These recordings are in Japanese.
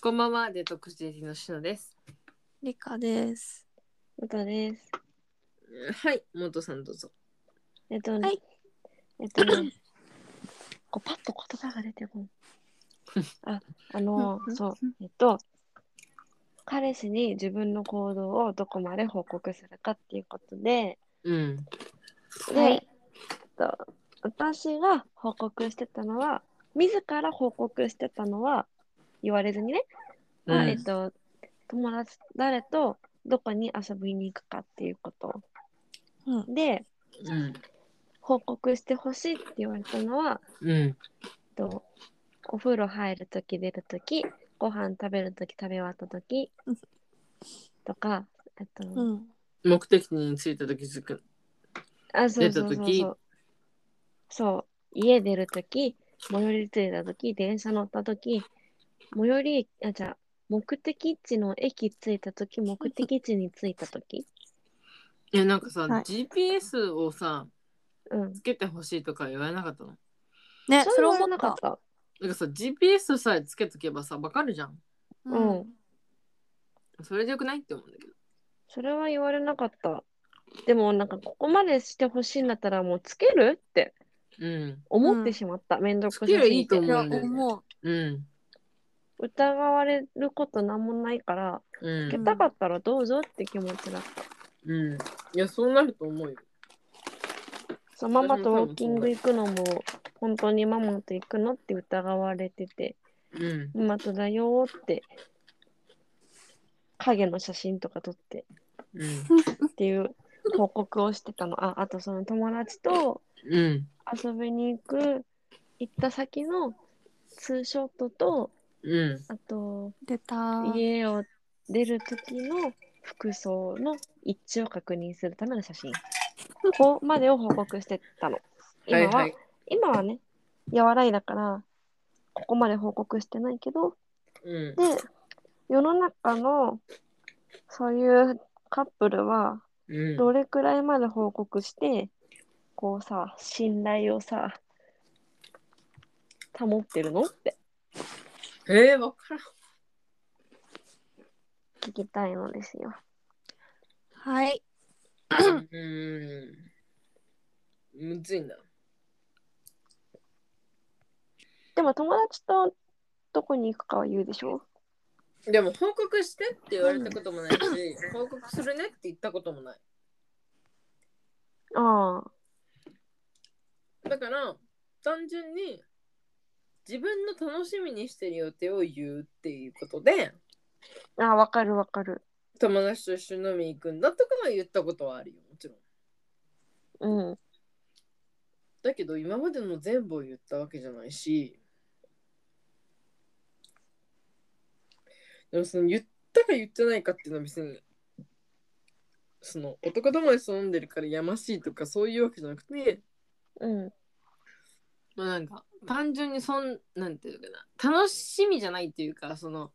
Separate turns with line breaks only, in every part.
こんばんは、デトックス JT のしのです。
リカです。
またです。
はい、元さんどうぞ。
えっとね、
はい
えっとね、こうパッと言葉が出 てこない。あ、あの
う、ん
そう、えっと、彼氏に自分の行動をどこまで報告するかっていうことで、
うん。
で、
はい
えっと、私が報告してたのは、自ら報告してたのは、言われずにね、まあ
うん
えっと、友達、誰とどこに遊びに行くかっていうこと。
うん。
で、
うん。
報告してほしいって言われたのは、
うん。
えっとお風呂入るとき出るときご飯食べるとき食べ終わったとき
うん
とかえっと、
うん。
目的地に着いたと気づく。
あそうそう
出た
そう
時
そうそう家出るとき最寄り着いたとき電車乗ったとき最寄りあじゃあ目的地の駅着いたとき目的地に着いたとき
いや、なんかさ、
はい
GPS をさ、
うん
つけてほしいとか言われなかったの
ね、
そ
それ
れは
思
な
っ。
かったた
なんかさ、GPS さえつけとけばさ、わかるじゃん。
うん。
それでよくないって思うんだけど。
それは言われなかったでもなんかここまでしてほしいんだったらもうつけるって
うん。
思ってしまった、めんどくさす
つけりゃい
ぎ
いと
て
思
いや、
うんだよね
思う。
うん。
疑われることなんもないから、
う
つ
ん
け。たかったらどうぞって気持ちだった。
うん。いや、そうなると思うよ。
そうママとウォーキング行くのも、本当にママと行くのって疑われてて、
うん。
ママとだよーって、影の写真とか撮って
うん。
っていう報告をしてたの。ああとその友達と
うん。
遊びに行く、行った先のツーショットと、
うん。
あと
出た。
家を出る時の服装の一致を確認するための写真ここまでを報告してたの今
はい
は、
はい。
今はね和らいだからここまで報告してないけど
うん
で。世の中のそういうカップルは
うん。
どれくらいまで報告してこうさ信頼をさ保ってるのって
えー、わからん。
聞きたいのですよ。
はい。
うん。むずいな。
でも友達とどこに行くかは言うでしょ
でも報告してって言われたこともないし、報告するねって言ったこともない。
ああ、
だから、単純に自分の楽しみにしてる予定を言うっていうことで、
ああ、わかるわかる。
友達と一緒に飲みに行くんだとかは言ったことはあるよ、もちろん。
うん。
だけど、今までの全部を言ったわけじゃないし、でもその言ったか言ってないかっていうのは別に、その男友達と飲んでるからやましいとかそういうわけじゃなくて、
うん。
まあなんか単純にそんなんていうのかな楽しみじゃないっていうかその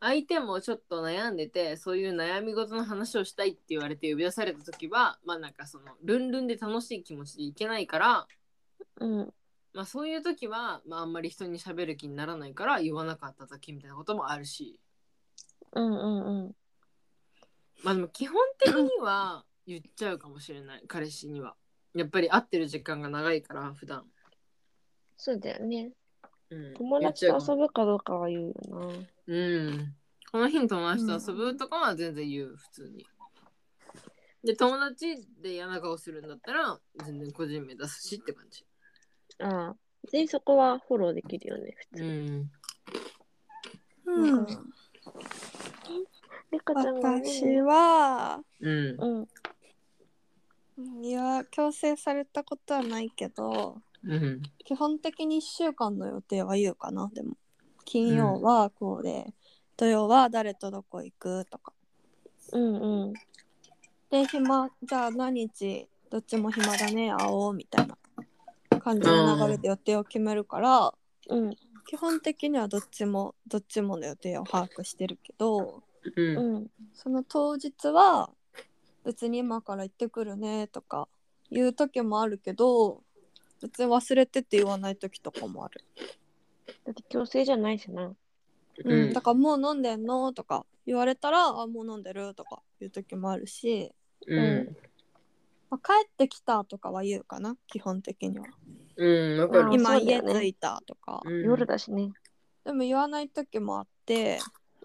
相手もちょっと悩んでてそういう悩み事の話をしたいって言われて呼び出された時はまあなんかそのルンルンで楽しい気持ちでいけないから、
うん。
まあ、そういう時は、まあ、あんまり人に喋る気にならないから言わなかった時みたいなこともあるし
うんうんうん。
まあでも基本的には言っちゃうかもしれない彼氏には。やっぱり会ってる時間が長いから普段、
そうだよね。
うん、
友達
言っ
と
ちゃうかも
遊ぶかどうかは言うよな。
うん。この日に友達と遊ぶとかは全然言う、普通に。で、友達で嫌な顔するんだったら、全然個人名出すしって感じ。
ああ。で、そこはフォローできるよね、普通。
ん。
う
うん
ん。
リカちゃんが、
私。は、
うん。
うん。
いや、強制されたことはないけど、
うん。
基本的に1週間の予定は言うかな、でも。金曜はこうで、土曜は誰とどこ行くとか。
うんうん。
で、暇、じゃあ何日、どっちも暇だね、会おうみたいな感じの流れで予定を決めるから、
うん
基本的にはどっちもどっちもの予定を把握してるけど
う。
うんん。
その当日は別に今から行ってくるねとか言う時もあるけど別に忘れてって言わない時とかもある
だって強制じゃないしな。
う
うん
ん、だからもう飲んでんのとか言われたらあもう飲んでるとか言う時もあるし、
うん
まあ、帰ってきたとかは言うかな基本的には
うんわか
あ
る
今
そうだ
家
よね
着いたとか、
うん
夜だしね。
でも言わない時もあって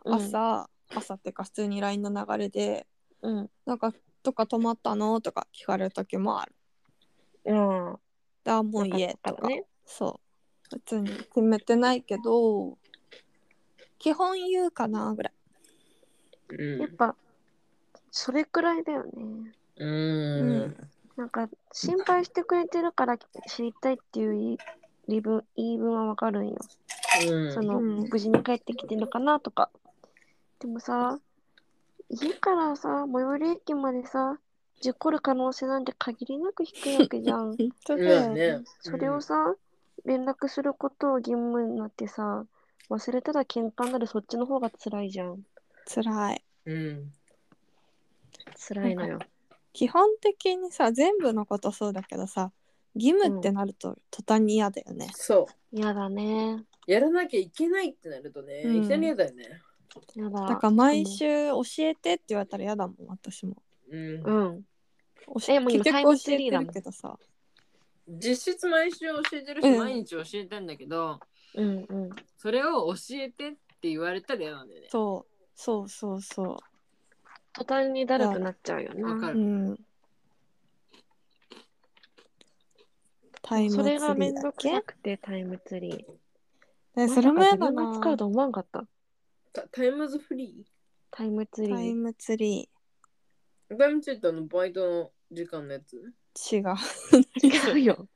うん
朝、朝っていうか普通に LINE の流れで
うん。
なんかとか泊まったのとか聞かれる時もある
うん。
だからもう家
な
と
ん
か
ね。
そう別に決めてないけど基本言うかなぐらい
うん
やっぱ、それくらいだよね。
うん
なんか、心配してくれてるから知りたいっていう言い言い分言い分はわかるんよ。
うん
その、
うん
無事に帰ってきてるかなとか。でもさ、家からさ、最寄り駅までさ、事故る可能性なんて限りなく低いわけじ ゃん。
本当
そうだね
それをさ、連絡することを義務になってさ、忘れたら喧嘩になるそっちの方が辛いじゃん。
辛い
うん
辛いのよ。
基本的にさ全部のことそうだけどさ義務ってなると途端に嫌だよね、
そう
嫌だね。
やらなきゃいけないってなるとね、
うん
いきなり嫌だよね。
やだ。
だから毎週教えてって言われたら嫌だもん私も
うん
う、ん。
おし
えもう今
結
タイム
局
ツ
教え
リー
て
だも
る
ん
けどさ
実質毎週教えてるし、
うん
毎日教えてんだけど
うんうん。
それを教えてって言われたら嫌なんだよね。
そうそうそうそ
途端にだるくなっちゃうよな。
わか
う
る
うんタイムツ
そ
リ
れがめ
ー
ん
だ
ど
っ
く
け
さくてタイムツリー。
ねそれも
ま
嫌
さか
だ
自分が使う
な
と思わんかった。
タタイムズフリ
タイムツリ
タイ
ー。
ムツリ
ータイムズフリーってあのバイトの時間のやつ
ー違う
違うよ。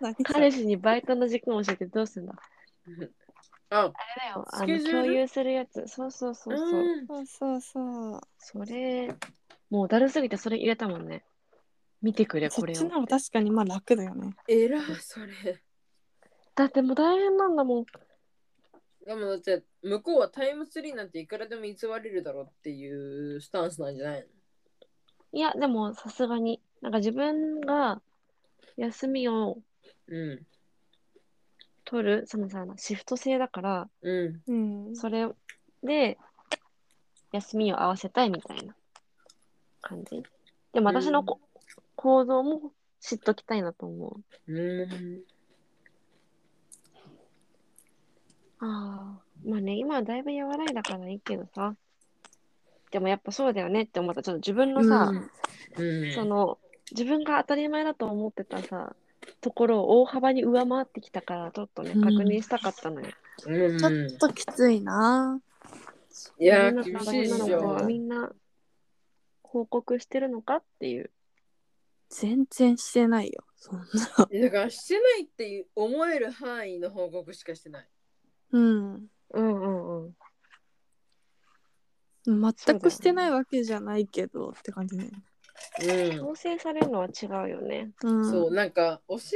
何それ
彼氏にバイトの時間を教えてどうすんだ
あ、
あれだよ。
ス
あ
ケ
の
ジュール
共有するやつ。そうそうそうそう。
うん
そうそうそう
それ、もうだるすぎてそれ入れたもんね。見てくれ、
そ
こ
っ
れ
ち
を
の。方が確かにまあ楽だよね
えらそれ。
だってもう大変なんだもん。
でもだって向こうはタイムスリーなんていくらでも偽れるだろうっていうスタンスなんじゃない
いや、でもさすがに。なんか自分が休みを
のう
取る、そのさ、シフト制だから、
ん。う
うん
それで休みを合わせたいみたいな感じ。でも私のこ、行動も知っときたいなと思う。
ん。う
ああ。まあね、今はだいぶ和らいだからいいけどさ。でもやっぱそうだよねって思った。ちょっと自分のさ、
ん。うん。
その自分が当たり前だと思ってたさところを大幅に上回ってきたからちょっとね
うん
確認したかったのよ。
うん、
ちょっときついな。
いや
みんな
ー、厳しいっ
なんか
し
女の子は
ょ。
みんな報告してるのかっていう。
全然してないよ。そんな。
だからしてないっていう思える範囲の報告しかしてない。
うん。
うんうんうん。
全くしてないわけじゃないけど、って感じね。
う。
強制されるのは違うよね。
うんん。
そう、なんか、教えてっ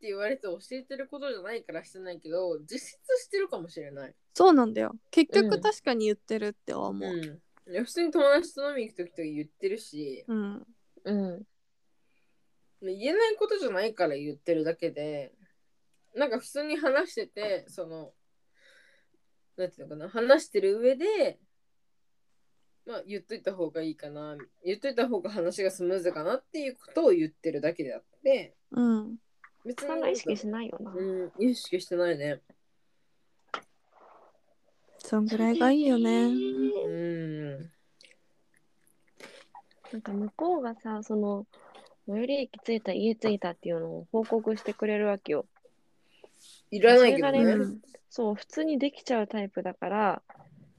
て言われて教えてることじゃないからしてないけど、実質してるかもしれない。
そうなんだよ。結
うん
局確かに言ってるっては思う。
うん。いや普通に友達と飲みに行くときとか言ってるし、
うん。
うん。
言えないことじゃないから言ってるだけで、なんか普通に話してて、その、なんていうのかな、話してる上で、まあ言っといた方がいいかな、言っといた方が話がスムーズかなっていうことを言ってるだけであって、
うん。
別
そんな意識しないよな。
うん、意識してないね。
そんぐらいがいいよね。
うん。
なんか向こうがさその最寄り駅着いた家着いたっていうのを報告してくれるわけよ。
いらないけど
それが
う
ね。
ね
ん。
そう普通にできちゃうタイプだから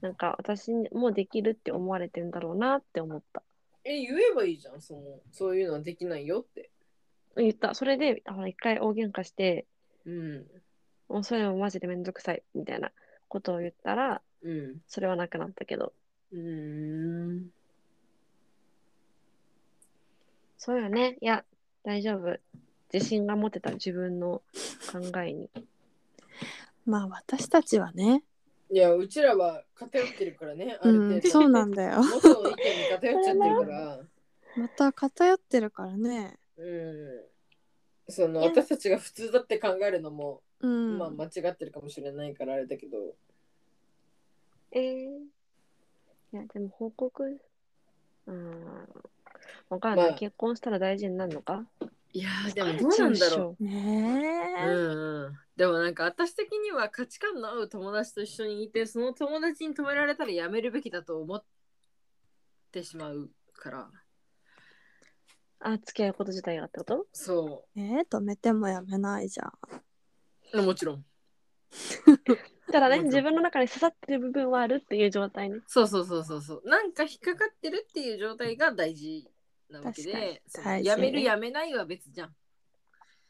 なんか私にもできるって思われてんだろうなって思った。
え、言えばいいじゃん、その、そういうのはできないよって。
言った。それで、あの、一回大喧嘩して、
うん。
もうそれもマジでめんどくさい、みたいなことを言ったら、
うん。
それはなくなったけど。
うーん。
そうよね。いや、大丈夫。自信が持てた自分の考えに。
まあ私たちはね。
いや、うちらは偏ってるからね、あ
う
る程
ん。
度。
そうなんだよ。
元の意見に偏っちゃってるから、
また偏ってるからね。
うん。その、
いや
私たちが普通だって考えるのも、
うん。
まあ間違ってるかもしれないからあれだけど、
ええいや、でも報告、うーん、わかんない、
まあ
結婚したら大事になるのか
いやーでもどうなんだろう。
ね
う
え、
んうん、でもなんか私的には価値観の合う友達と一緒にいてその友達に止められたらやめるべきだと思ってしまうから
あ、付き合うこと自体がってこと
そ
えー止めてもやめないじゃん。
うもちろん
ただ
う
ね、
ん
自分の中に刺さってる部分はあるっていう状態ね。
そうそうそうそうそうなんか引っかかってるっていう状態が大事なわけ
確かに
でそう
大事
やめるやめないは別じゃん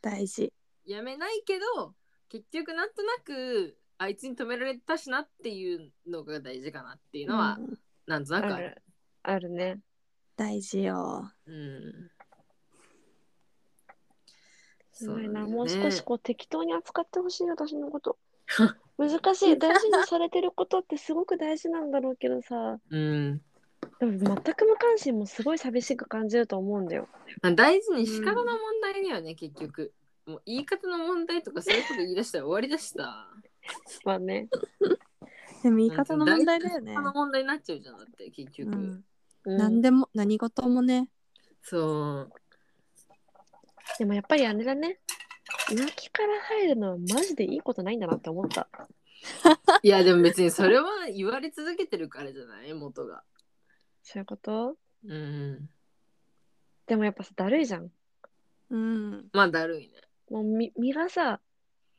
大事。
やめないけど結局なんとなくあいつに止められたしなっていうのが大事かなっていうのは、
うん
なんとなくあ
あ
る
る。あるね。
大事よ。
うん
す
そ
ご
う
い
なん
な、
だよね
もう少しこう適当に扱ってほしいよ私 のこと。難し
う
い。
ん
大事にされてることってすごく大事なんだろうけどさ、
うん、
でも全く無関心もすごい寂しく感じると思うんだよ。
大事に仕方の問題だよね、結局もう言い方の問題とかそういうこと言い出したら終わりだしさ
まあね。
でも言い方の問題だよね
あ。の問題になっちゃうじゃんだって結
う
局、
ん、
うん
何でも何事もね。
そう
でもやっぱりあれだね。泣きから入るのはマジでいいことないんだなって思った。
いやでも別にそれは言われ続けてるからじゃない元が
そういうこと
うん
でもやっぱさ、だるいじゃん。
うん。
まあだるいね
もうみ身がさ、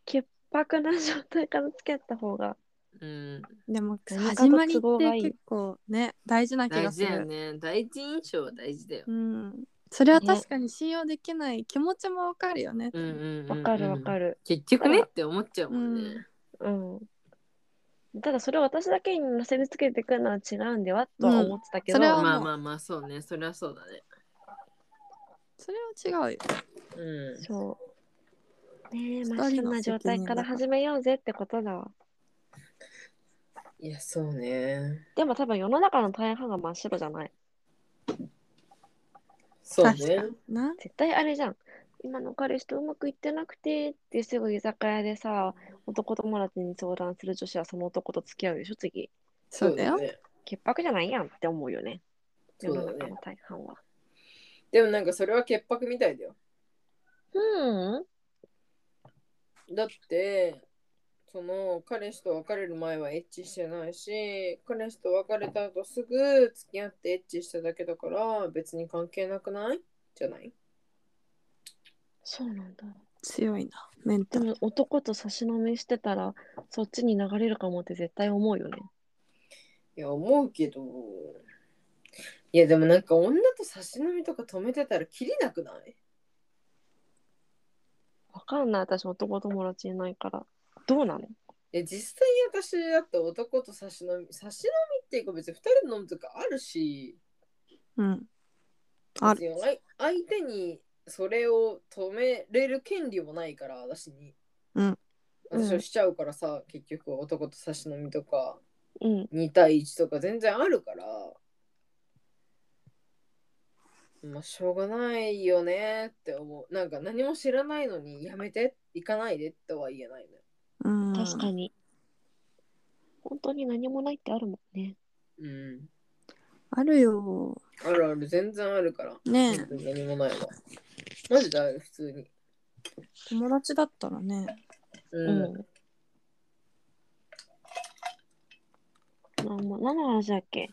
潔白な状態から付き合った方が。
うん
でも
何かと
始まりっ
都合がい
て
い
結構ね大事な気
大
がす
事だよ
る。
ね第一印象は大事だよ
うん。それは
ね
確かに信用できない気持ちもわかるよね。
うんうん
わかるわか
る
る。
結局ねって思っちゃうもんね、
うん。ただそれを私だけに乗せつけてくるのは違うんではとは思ってたけど、
うんそれは
まあまあまあそうねそれはそうだね
それは違うよ。
うん
そう。ねえ、
人
真っ白な
の
状態から始めようぜってことだわ。
いや、そうね。
でも多分世の中の大半が真っ白じゃない。
そう
確か
ね。
にな。
絶対あれじゃん。今の彼氏とうまくいってなくてってすぐ居酒屋でさ、男友達に相談する女子はその男と付き合うでしょ、次。
そうだよ。
ね。
潔白じゃないやんって思うよね。
そ
世
うだ
の
ね
中の大半は。
でもなんかそれは潔白みたいだよ。
うん。
だって、その彼氏と別れる前はエッチしてないし、彼氏と別れた後すぐ付き合ってエッチしただけだから別に関係なくないじゃない
そうなんだ。
強いな。メンタ
で
ル。
も男と差し飲みしてたらそっちに流れるかもって絶対思うよね。
いや、思うけど。いや、でもなんか女と差し飲みとか止めてたらキリなくない
わかんない私男友達いないから。どうなの
いや実際私だって男と差し飲み差し飲みっていうか別に2人で飲むとかあるし
うん。ある
別に相相手にそれを止めれる権利もないから私に、
うん
私はしちゃうからさ、結局男と差し飲みとか
うん。
2対1とか全然あるからまあしょうがないよねって思うなんか何も知らないのにやめて行かないでとは言えないね
うん。
確かに。本当に何もないってあるもんね。
うん
あるよ。
あるある全然あるから
ねえ
本当に何もないわ。マジである、普通に。
友達だったらね。
う。
うんん。なんも何の話だっけ、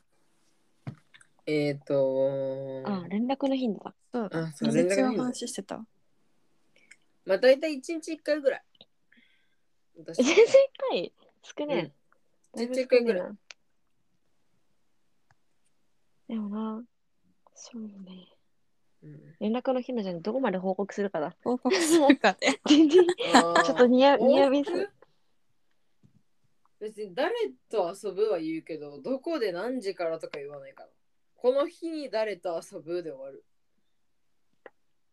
えっ、ー、と
あ、連絡の頻度だ。
そう。
あ、そう、連
友達
絡
の
いいの
話してた。
まあ、大体1日1回ぐらい。私
全然一回少ねえ。
うん全然一回ぐらい
だぶ少ねえな。でもな、そうね。
うん、
連絡の頻度じゃなくてどこまで報告する かだ。
報告するか ね。
全然
あー
ちょっとニア
往復
ニアミス。
別に誰と遊ぶは言うけど、どこで何時からとか言わないから。この日に誰と遊ぶで終わる。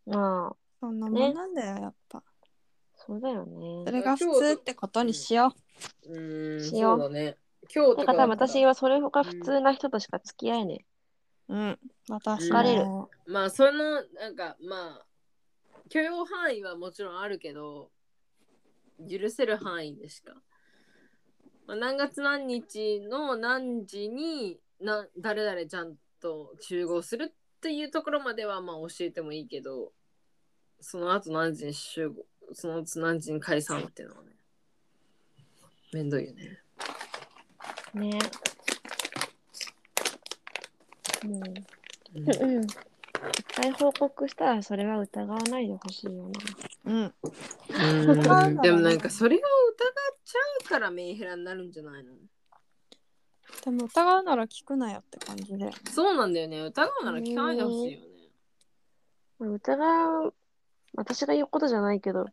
まあ、
そんなもんなんだよ、やっぱ。
そうだよ
そ
ね。
れが普通ってことにしよ
うーん、
しよ
そう
う
だね。今日とか
だか
だ
ら
ったら
多分私はそれが普通な人としか付き合えね
う。うん。私
疲れ
る
も。
まあそのなんかまあ許容範囲はもちろんあるけど許せる範囲でしかまあ何月何日の何時にな誰々ちゃんと集合するっていうところまではまあ教えてもいいけどその後何時に集合その後何時に解散っていうのはねめんどいよね
ね。も
う
う、
ん
うんうん。いっぱい報告したらそれは疑わないでほしいよな。
うん。
うんでもなんかそれを疑っちゃうからメンヘラになるんじゃないの
でも疑うなら聞くなよって感じで。
そうなんだよね疑うなら聞かないでほしいよね
まあ疑う、私が言うことじゃないけど、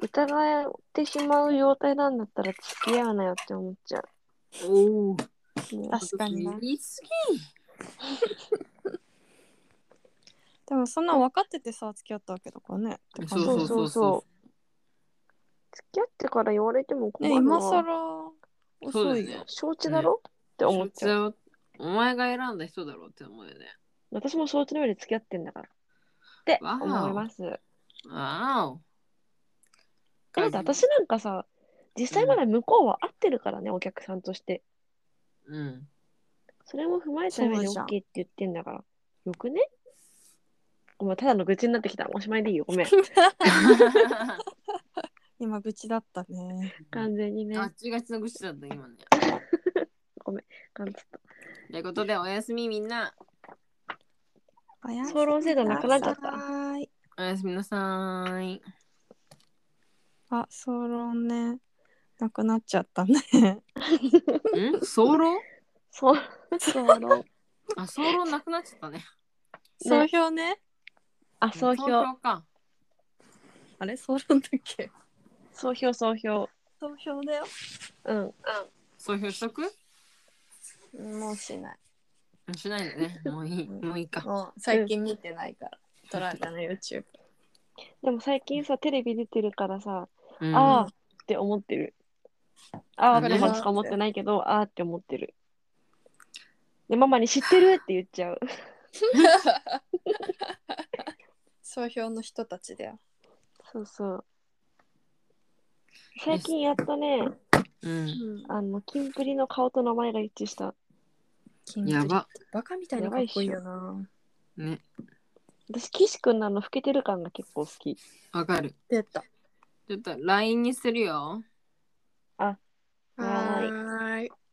疑ってしまう状態なんだったら付き合うなよって思っちゃ
おお
う。ね
確かにな
言い過ぎ
でもそんなん分かっててさ、付き合ったわけだからね。って感
そう
じ
そうそうそ
付き合ってから言われても困
ね、
るわ。
今更
そう
遅
だ
い
よ
よ
ね。
承知だろ、って思っちゃう。
そいつはお前が選んだ人だろうって思うよね
私も承知の上で付き合ってんだから。って
わあ
思います。
ああ
だって私なんかさ、実際まだ向こうは合ってるからね、お客さんとして。
うん
それも踏まえた上で
そうじ
OK
ゃ
っ
ん
て言ってんだから。よくねお前ただの愚痴になってきた。おしまいでいいよ。ごめん。
今愚痴だったね。
完全にね。
ガッチガチの愚痴だった今ね
感じた
ということでおやすみみんな
あや
ソロ制度なくなっちゃった
はい。
おやすみなさーい
あ、ソロね。なくなっちゃったね。
んソロ
そう。
ソ ロ。
あソロなくなっちゃったね
総評ね。
あ、総評。
か
あれ、ソロだっけ。
総評、総評。
総評だよ。
うん。
総評しとく
もうしない。
しないでねもういいもういいか
もう
最
近見てないから。トラダの YouTube。
でも最近さ、テレビ出てるからさ、
うん
ああって思ってる。ああっ
わか
て
り
ま
ます
だしか思ってないけど、ああって思ってる。で、ママに知ってるって言っちゃう。
総評の人たちだよ。
そうそう。最近やったね、
うん
あの、キンプリの顔と名前が一致した。
や。ば
バカみたいにかっこいいよな。
ね
私、岸くんのあの、老けてる感が結構好き。
わかる
出た。
ちょっと LINE にするよ
はーい。
ーい。